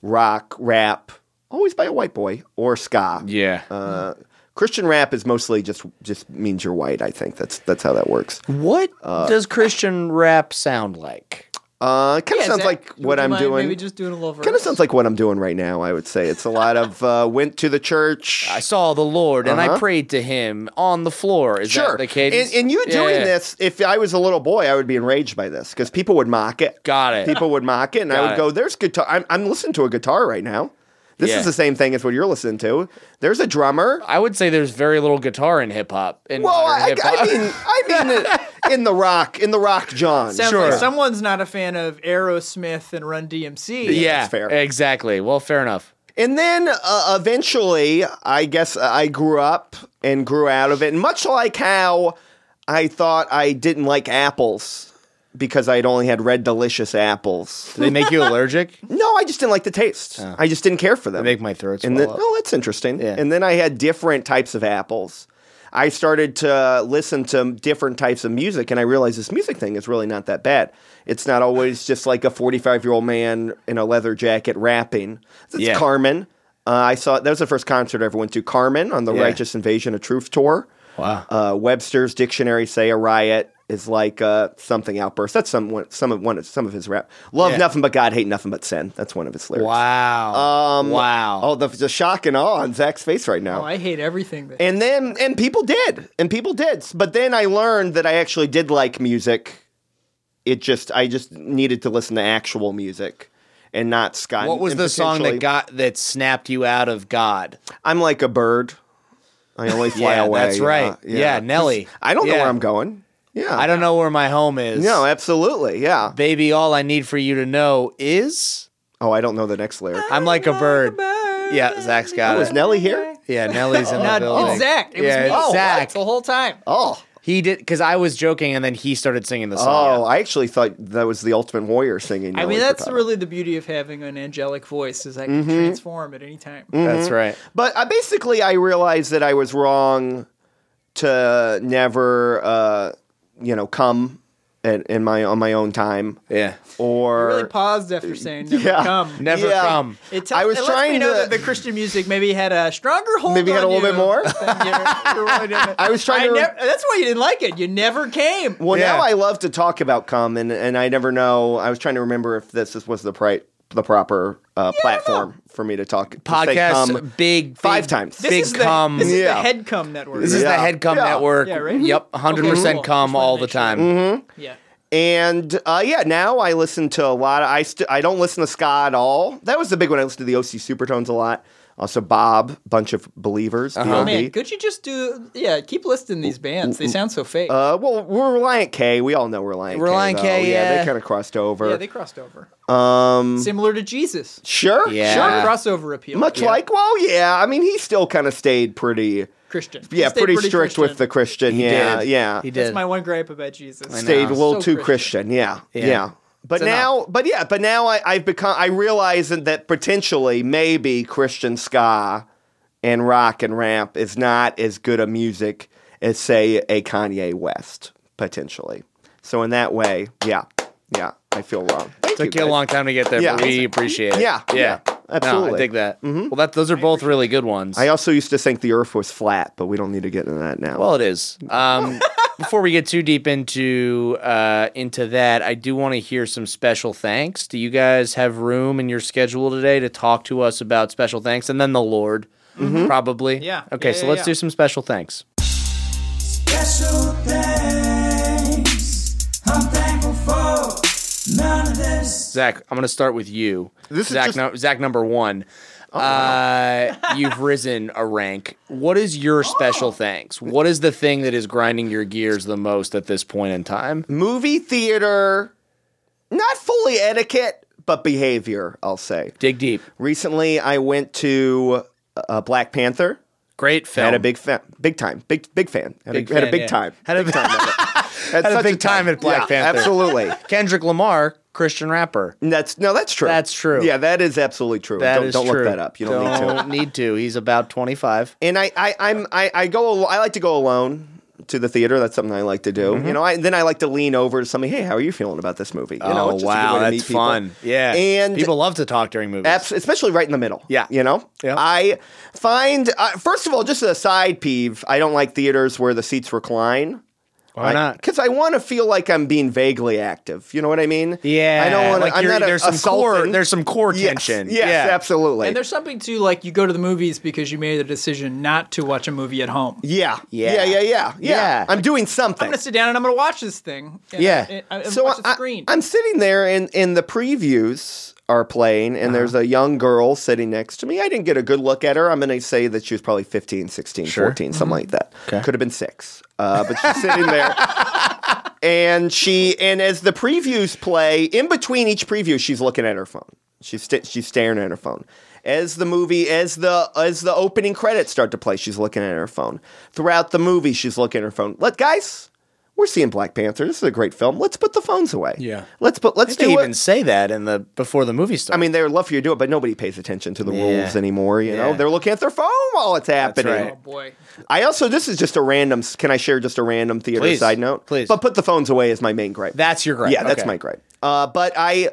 rock, rap, always by a white boy or ska.
Yeah.
Uh, Christian rap is mostly just just means you're white. I think that's that's how that works.
what does Christian rap sound like?
Uh, it kind of sounds like what I'm doing.
Maybe just doing a little.
Kind of sounds like what I'm doing right now. I would say it's a lot of uh, went to the church.
I saw the Lord and I
Uh-huh.
prayed to Him on the floor. Is
sure,
that the cadence?
And, and you
Yeah,
doing
yeah.
this? If I was a little boy, I would be enraged by this because people would mock it.
Got it.
People would mock it, and I
Got
would
it.
go, "There's guitar. I'm, I'm listening to a guitar right now. This
Yeah.
is the same thing as what you're listening to. There's a drummer.
I would say there's very little guitar in hip hop. In
Well,
modern
I,
hip hop.
I mean, I mean, in the rock, in the rock, John.
Sounds
Sure.
like someone's not a fan of Aerosmith and Run DMC.
<laughs> yeah,
that's fair.
Exactly. Well, fair enough.
And then uh, eventually, I guess uh, I grew up and grew out of it. And much like how I thought I didn't like apples because I'd only had red delicious apples.
Do they
<laughs>
make you allergic? They
No, I just didn't like the taste. I just didn't care for them.
Oh. make my throat swell
and then,
up.
oh, that's interesting.
Yeah.
And then I had different types of apples. I started to listen to different types of music, and I realized this music thing is really not that bad. It's not always just like a 45 year old man in a leather jacket rapping. It's
Yeah.
Carmen. Uh, I saw that was the first concert I ever went to. Carmen on the
Yeah.
Righteous Invasion of Truth tour.
Wow.
Uh, Webster's Dictionary Say a Riot, is like uh, something outburst. That's some one, some of one of some of his rap. Love
Yeah.
nothing but God, hate nothing but sin. That's one of his lyrics.
Wow.
Um,
wow.
Oh, the, the shock and awe on Zach's face right now.
Oh, I hate everything. That,
and then and people did, and people did. But then I learned that I actually did like music. It just I just needed to listen to actual music and not Scott.
what was
and
the song that
potentially-
got that snapped you out of God?
I'm like a bird. I only
<laughs>
fly
Yeah,
away. Uh,
that's right. Yeah, Nelly.
I don't know
Yeah.
where I'm going. Yeah.
I don't know where my home is.
No, absolutely. Yeah.
Baby, all I need for you to know is
Oh, I don't know the next lyric.
I'm like a bird. Yeah, Zach's got
Oh,
uh,
is
it.
Nelly here?
yeah, Nelly's in the
Not-
building.
it's Zach. It was
yeah,
me.
it's
Oh,
Zach.
the whole time.
Oh.
He did because I was joking, and then he started singing the
Oh,
song.
I actually thought that was the Ultimate Warrior singing.
I
Nelly
mean, that's
Furtado.
really the beauty of having an angelic voice is I can
Mm-hmm.
transform at any time.
That's right.
But I basically, I realized that I was wrong to never, uh, you know, come at, in my on my own time
Yeah.
or
really paused after saying never
<laughs> Yeah. <laughs>
come.
Never
Yeah.
come.
It
I was
it lets
trying
me know
to-
that the Christian music maybe had a stronger hold.
Maybe had a
on
little
you
bit more?
than you're- you're willing to-
<laughs> I was trying
I
to.
nev- that's why you didn't like it. You never came.
well, now
Yeah.
I love to talk about come, and, and I never know. I was trying to remember if this was the pri- the proper uh, platform for me to talk to say
Podcast
cum.
big
Five
big-
times.
This
big
is the,
cum.
This is
Yeah.
the head cum network.
This is
Yeah.
the head cum
Yeah. Mm-hmm.
network.
Yeah, right?
Yep, hundred
Okay,
percent
cool.
cum
Just wanted
all
to
the
make sure.
time.
yeah.
And uh, yeah, now I listen to a lot. Of, I st- I don't listen to ska at all. That was the big one. I listened to the OC Supertones a lot. Also, Bob, bunch of believers.
Uh-huh.
Oh
B.O.B..
man, could you just do? Yeah, keep listing these bands. They sound so fake.
Uh, well, we're Reliant K. We all know Reliant.
Reliant
K,
K,
though.
yeah.
they kind of crossed over.
yeah, they crossed over.
um,
Similar to Jesus.
sure,
Yeah.
sure.
Sure, crossover appeal.
Much
Yeah.
like, well, yeah. I mean, he still kind of stayed pretty,
Christian.
yeah,
He stayed
pretty, strict
Christian.
with the Christian. yeah,
did.
yeah.
He did.
That's my one gripe about Jesus.
stayed a little too
So
Christian.
Christian.
Yeah, yeah.
Yeah.
But
It's
now, but yeah, but now I, I've become. I realize that- that potentially, maybe Christian ska and rock and rap is not as good a music as say a Kanye West potentially. So in that way, yeah, yeah, I feel wrong. Thank
Took
you
you a
guys.
long time to get there,
Yeah.
but we appreciate it.
Yeah, yeah,
yeah,
absolutely. Mm-hmm.
No, I dig that. Well, that those are both really good ones.
I also used to think the Earth was flat, but we don't need to get into that now.
Well, it is.
<laughs>
Um, before we get too deep into uh, into that, I do want to hear some special thanks. Do you guys have room in your schedule today to talk to us about special thanks and then the Lord,
Mm-hmm.
probably?
Yeah.
Okay,
Yeah,
so
yeah,
let's
yeah.
do some special thanks.
Special thanks. I'm thankful for none of this.
Zach, I'm going to start with you.
This is
Zach,
just- Oh.
no, Zach number one. uh, you've risen a rank. What is your
Oh.
special thanks? What is the thing that is grinding your gears the most at this point in time?
movie theater, not fully etiquette, but behavior. I'll say.
Dig deep.
Recently, I went to uh, Black Panther.
Great film.
Had a big fan, big time, big big fan. Had,
Big
a, had a
fan,
big
yeah.
time.
<laughs> Had a big time.
Had,
a
such
big time at Black
Yeah,
Panther. <laughs>
Absolutely.
Kendrick Lamar, Christian rapper.
And That's no, that's true.
That's true.
Yeah, that is absolutely true.
That
don't
is
don't
true.
look that up. You don't, need to.
Don't need to. He's about 25.
And I, I I'm I, I go al- I like to go alone to the theater. That's something I like to do.
Mm-hmm.
You know, I, then I like to lean over to somebody. Hey, how are you feeling about this movie? You
Oh,
know, it's just a good way to meet people.
Yeah.
And-
people love to talk during movies.
Abs- especially right in the middle.
Yeah.
you know.
Yeah.
I find uh, first of all, just a side peeve. I don't like theaters where the seats recline.
Why not?
Because I want to feel like I'm being vaguely active. You know what I mean?
Yeah.
I don't want
like
to. I'm
you're-
not a-
there's some core
assaulting.
there's some core
yes,
tension.
Yes,
yeah.
absolutely.
And there's something to like you go to the movies because you made the decision not to watch a movie at home.
yeah,
Yeah.
yeah, yeah, yeah, yeah.
Yeah.
I'm doing something.
I'm gonna sit down and I'm gonna watch this thing. And
Yeah.
I, I, I,
so
watch the
I,
screen.
am sitting there, and and the previews are playing, and
Uh-huh.
there's a young girl sitting next to me. I didn't get a good look at her. I'm going to say that she was probably 15, 16, 14, something
Mm-hmm.
like that. Could have been six, uh, but she's sitting
<laughs>
there. and she and as the previews play in between each preview she's looking at her phone she's sta she's staring at her phone as the movie as the as the opening credits start to play she's looking at her phone throughout the movie she's looking at her phone let guys we're seeing black panther this is a great film let's put the phones away
Yeah.
let's put let's
They
do
even
it
say that in the before the movie starts.
I mean, they would love for you to do it, but nobody pays attention to the
Yeah.
rules anymore. You know,
Yeah.
they're looking at their phone while it's happening.
right.
oh boy.
I also, this is just a random. Can I share just a random theater
Please.
side note?
Please.
but put the phones away is my main gripe.
that's your gripe.
Yeah, that's
Okay.
my gripe. Uh, but I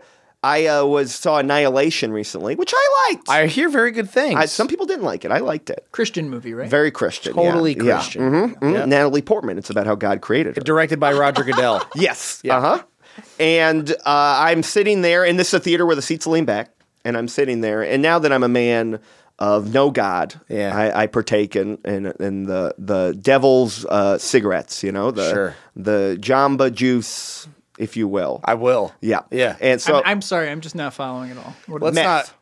I uh, was saw Annihilation recently, which I liked.
I hear very good things.
I- some people didn't like it. I liked it.
Christian movie, right?
Very Christian. yeah.
Totally
Yeah.
Christian.
Mhm, mhm.
Yeah.
Natalie Portman. It's about how God created her.
<laughs> Directed by Roger
<laughs>
Goodell.
Yes. Uh
Uh-huh.
huh. And uh, I'm sitting there, and this is a theater where the seats lean back, and I'm sitting there. And now that I'm a man of no God,
Yeah.
I, I partake in, in in the the devil's uh, cigarettes, you know, the
Sure.
the Jamba juice, if you will.
I will.
yeah,
Yeah.
And so
I'm, I'm sorry, I'm just not following at all. What
Let's
Meth.
not.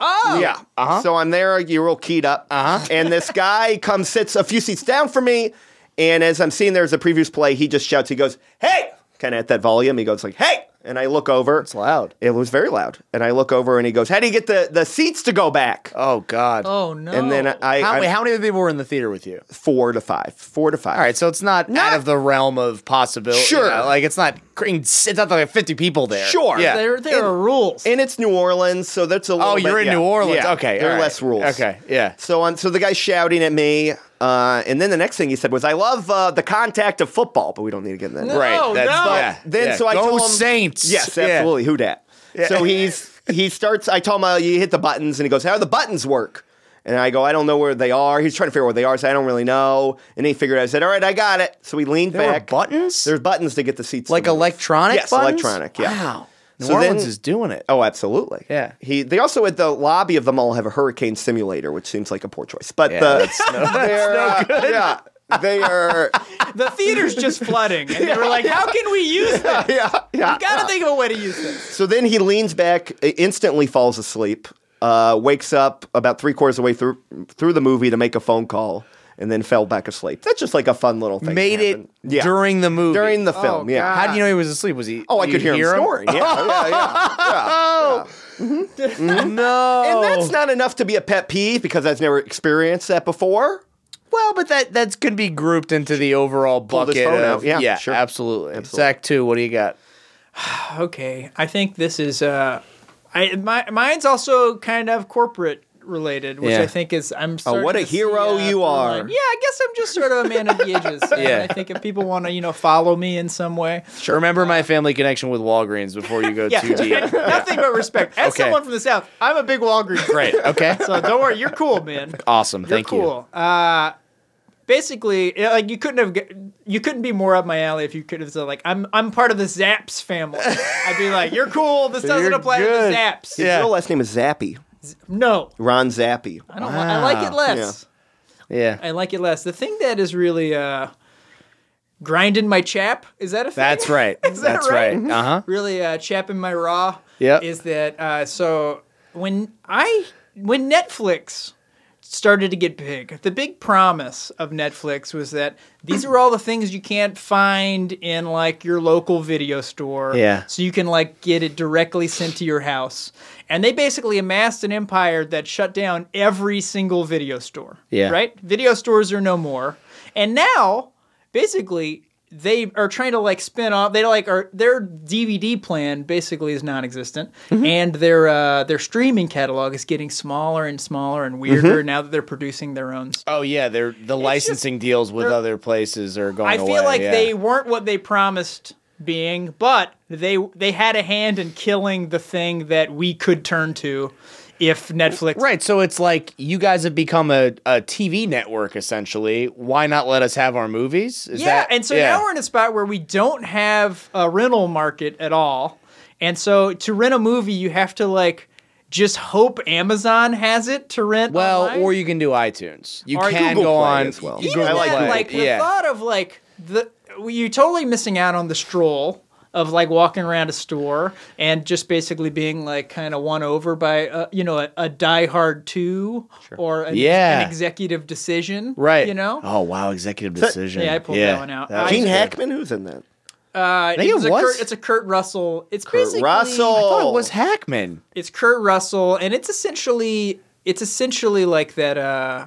Yeah.
uh-huh.
So I'm there, you're all keyed up. Uh-huh. And this
<laughs>
guy comes, sits a few seats down from me. And as I'm seeing there's a previous play, he just shouts, he goes, hey, kind of at that volume. He goes like, hey. And I look over.
It's loud.
It was very loud. And I look over and he goes, how do you get the, the seats to go back?
Oh God.
oh no!
And then I,
how,
I
wait, how many people were in the theater with you?
four to five, four to five.
All right, so it's not,
Not-
out of the realm of possibility.
Sure.
you know, like it's not. cr- It's not like fifty people there.
Sure.
Yeah.
there there
In-
are rules.
And it's New Orleans, so that's a little
oh, you're
bit-
in
yeah.
New Orleans.
Yeah.
Okay.
There are
all right.
less rules.
Okay. Yeah.
So on, so the guy's shouting at me, uh, and then the next thing he said was, "I love uh, the contact of football," but we don't need to get into that.
No,
right. That's,
Oh, no.
Yeah,
Then
yeah.
so I
Go
told him,
Saints.
Yes,
Yeah.
absolutely. Who dat? So he's he starts. I told him uh, you hit the buttons, and he goes, "How do the buttons work?" And I go, "I don't know where they are." He's trying to figure out where they are. So I don't really know. And he figured. out. I said, "All right, I got it." So we leaned
There were
back.
buttons.
There's buttons to get the seats. to
like
move.
electronic.
Yes,
buttons?
electronic. Yeah.
Wow. New
So
Orleans
then-
is doing it.
Oh, absolutely.
Yeah.
He. They also at the lobby of the mall have a hurricane simulator, which seems like a poor choice. But the, that's <laughs> no, good. Yeah. They are. <laughs>
the theater's just flooding, and they were like, "How can we use this?
<laughs> yeah. Yeah.
We gotta think of a way to use this."
So then he leans back, i- instantly falls asleep, uh, wakes up about three quarters of the way through through the movie to make a phone call, and then fell back asleep. That's just like a fun little thing. that
Made it
happened. yeah.
during the movie.
during the film.
Oh,
yeah.
God.
How do you know he was asleep? Was he?
Oh, I
you
could hear, him, snoring. Yeah, yeah, yeah.
<laughs> No.
And that's not enough to be a pet peeve because I've never experienced that before.
<laughs> Well, but that that's could be grouped into the overall
his
bucket.
phone
Of,
out. Yeah,
yeah,
sure.
absolutely. Zach, two. What do you got?
Okay, I think this is uh, I my mine's also kind of corporate related, which
Yeah. Oh,
I think is I'm. starting
what a
to see,
hero
uh,
you
through
are.
line. Yeah, I guess I'm just sort of a man
<laughs>
of the ages. and
Yeah.
I think if people want to, you know, follow me in some way,
Remember my family connection with Walgreens before you go
<laughs>
yeah,
too deep.
<laughs> nothing but respect. As
Okay.
someone from the south, I'm a big Walgreens. fan.
Great. Okay.
So don't worry, you're cool,
<laughs>
man.
awesome.
You're
Thank you.
cool. Uh, basically, yeah, like you couldn't have, g- you couldn't be more up my alley if you could have said like, I'm, I'm part of the Zaps family. I'd be like, you're cool. This
<laughs>
doesn't
You're
apply
good.
to the Zaps.
His
Yeah.
real last name is Zappy.
No,
Ron Zappy.
I don't. Li- I like it
Wow.
less.
Yeah.
I like it less. The thing that is really uh, grinding my chap is that a thing?
That's right.
<laughs> Is that
that's
right?
right. Uh huh.
<laughs> really uh, chapping my raw
Yep.
is that uh, so when I when Netflix started to get big, the big promise of Netflix was that these are all the things you can't find in like your local video store.
Yeah.
So you can like get it directly sent to your house. And they basically amassed an empire that shut down every single video store.
Yeah.
Right? Video stores are no more. And now, basically, they are trying to like spin off. They like are their DVD plan basically is non-existent,
Mm-hmm.
and their uh, their streaming catalog is getting smaller and smaller and weirder
Mm-hmm.
now that they're producing their own. Stuff.
Oh yeah, they're the licensing deals with
they're-
other places are going.
I feel
away,
like
yeah.
they weren't what they promised being, but they they had a hand in killing the thing that we could turn to if Netflix
Right, so it's like you guys have become a, a TV network essentially. Why not let us have our movies? Is
yeah,
that-
and so now we're in a spot where we don't have a rental market at all, and so to rent a movie, you have to like just hope Amazon has it to rent.
well,
online.
or you can do iTunes. You
Or
can
Google
go
Play
on
as well.
even
I like
then,
that.
like the
yeah.
thought of like the you're totally missing out on the stroll of like walking around a store and just basically being like kind of won over by uh, you know a, a Die Hard two or an,
Yeah.
an executive decision,
Right.
You know.
Oh wow, executive decision.
Yeah, I pulled that one out.
was
Gene
good.
Hackman, who's in that?
Uh,
think it
it's a
was-
Kurt, it's a Kurt Russell. It's basically
I
Russell.
thought it was Hackman.
It's Kurt Russell, and it's essentially it's essentially like that. Uh,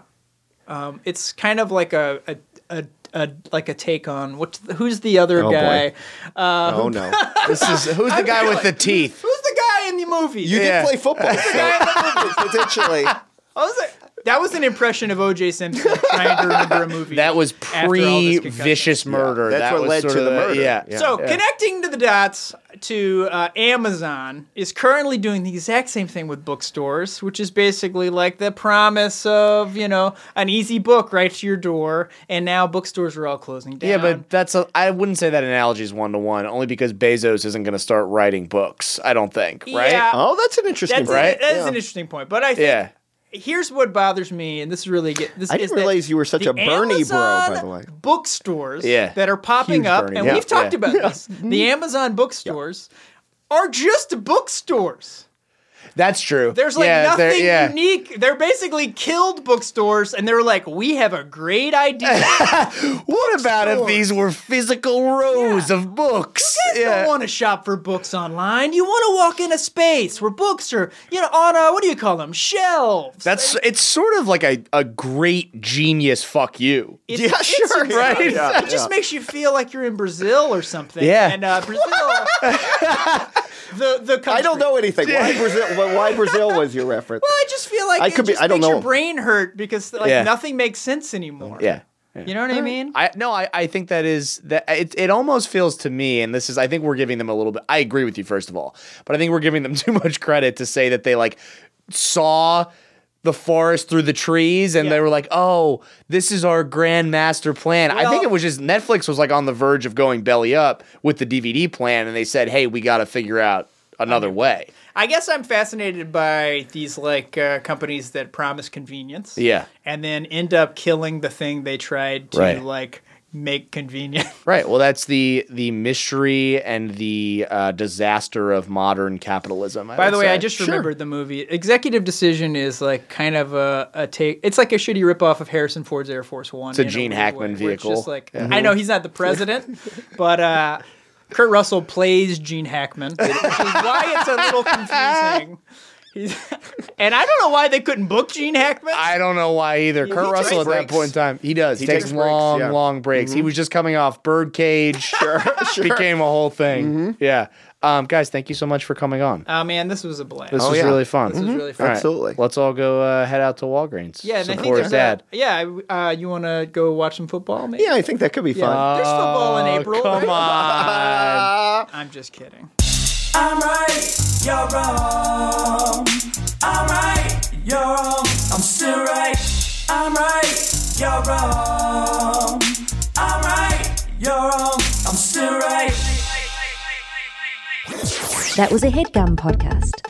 um, it's kind of like a, a, a, a like a take on what's the, who's the other
Oh, boy.
guy? Uh,
oh
<laughs>
no,
This is who's the guy with the teeth?
Who's the guy in the movie?
you
Yeah.
did play football.
<laughs>
so potentially.
I was like, that was an impression of O.J. Simpson trying to remember a movie.
<laughs> That was
After all this
pre
concussion.
vicious murder.
that's
that
what
was
led
sort
to
of
the murder.
Yeah.
Yeah.
so
yeah.
connecting to the dots went to uh, Amazon is currently doing the exact same thing with bookstores, which is basically like the promise of you know an easy book right to your door. And now bookstores are all closing down.
Yeah, but that's a. I wouldn't say that analogy is one to one, only because Bezos isn't going to start writing books. I don't think. Right.
Yeah.
Oh, that's an interesting
that's
point.
right?
an, that is
Yeah.
an interesting point. But I think
Yeah.
here's what bothers me, and this is really get. This
I didn't
is that
realize you were such
the
a Bernie bro, by the
Amazon
way.
Bookstores
Yeah.
that are popping
Huge
up,
Bernie
and
bro.
we've
<laughs>
talked
Yeah.
about this. The Amazon bookstores are just bookstores.
That's true.
There's like
Yeah, there-
nothing
yeah.
unique. They're basically killed bookstores, and they're like, we have a
<laughs>
great idea. You guys
What about if these were physical rows
Yeah.
of books?
don't want to shop for books online. You want to walk in a space where books are, you know, on a what do you call them? Shelves.
That's it's sort of like a, a great genius fuck you.
It's-
Yeah,
it's
sure.
insane.
right?
It just makes you feel like you're in Brazil or something.
Yeah.
And uh,
<laughs>
Brazil, the the country.
I don't know anything. Why Brazil? why- Why Brazil was your reference?
Well, I just feel like
I
it
could be-
just
I don't
makes
know.
your brain hurt because like
Yeah.
nothing makes sense anymore.
Yeah.
You know what I mean?
I no, I, I think that is that it, it almost feels to me, and this is I think we're giving them a little bit I agree with you first of all, but I think we're giving them <laughs> too much credit to say that they like saw the forest through the trees and they
Yeah.
were like, Oh, this is our grand master plan. I think
Well-
it was just Netflix was like on the verge of going belly up with the DVD plan and they said, Hey, we gotta figure out another way.
I guess I'm fascinated by these like uh, companies that promise convenience.
Yeah.
And then end up killing the thing they tried to
Right.
like make convenient. <laughs>
Right. Well, that's the the mystery and the uh, disaster of modern capitalism. I
By
would
the way,
say.
I just remembered the movie. Executive Decision is like kind of a, a take. It's like a shitty ripoff of Harrison Ford's Air Force One. It's
a Gene Hackman
It's
vehicle.
just like I know he's
<laughs>
not the president, but uh, Kurt Russell plays Gene Hackman, which is why it's a
<laughs>
little confusing. He's- and I don't know why they couldn't book Gene Hackman.
I don't know why either. Kurt
he
Russell at
takes
that
breaks.
point in time, he does. He takes,
takes breaks,
long,
yeah. Mm-hmm.
long breaks. He was just coming off
<laughs>
Birdcage. <laughs> sure, Became a whole
Mm-hmm.
thing. Yeah. Um, guys, thank you so much for coming on.
oh man, this was a blast.
This was
yeah. Mm-hmm.
really fun.
This was really
All
fun.
right,
Absolutely.
Let's all go uh, head out to Walgreens.
Yeah, and I think
support
there's
dad.
A, yeah. Uh, you want to go watch some football? Maybe?
Yeah, I think that could be fun.
There's football in April.
Oh,
<laughs>
Come on.
I'm just kidding.
I'm right, you're wrong. I'm right, you're wrong. I'm still right. I'm right, you're wrong. I'm right, you're wrong. I'm still right.
That was a headgum podcast.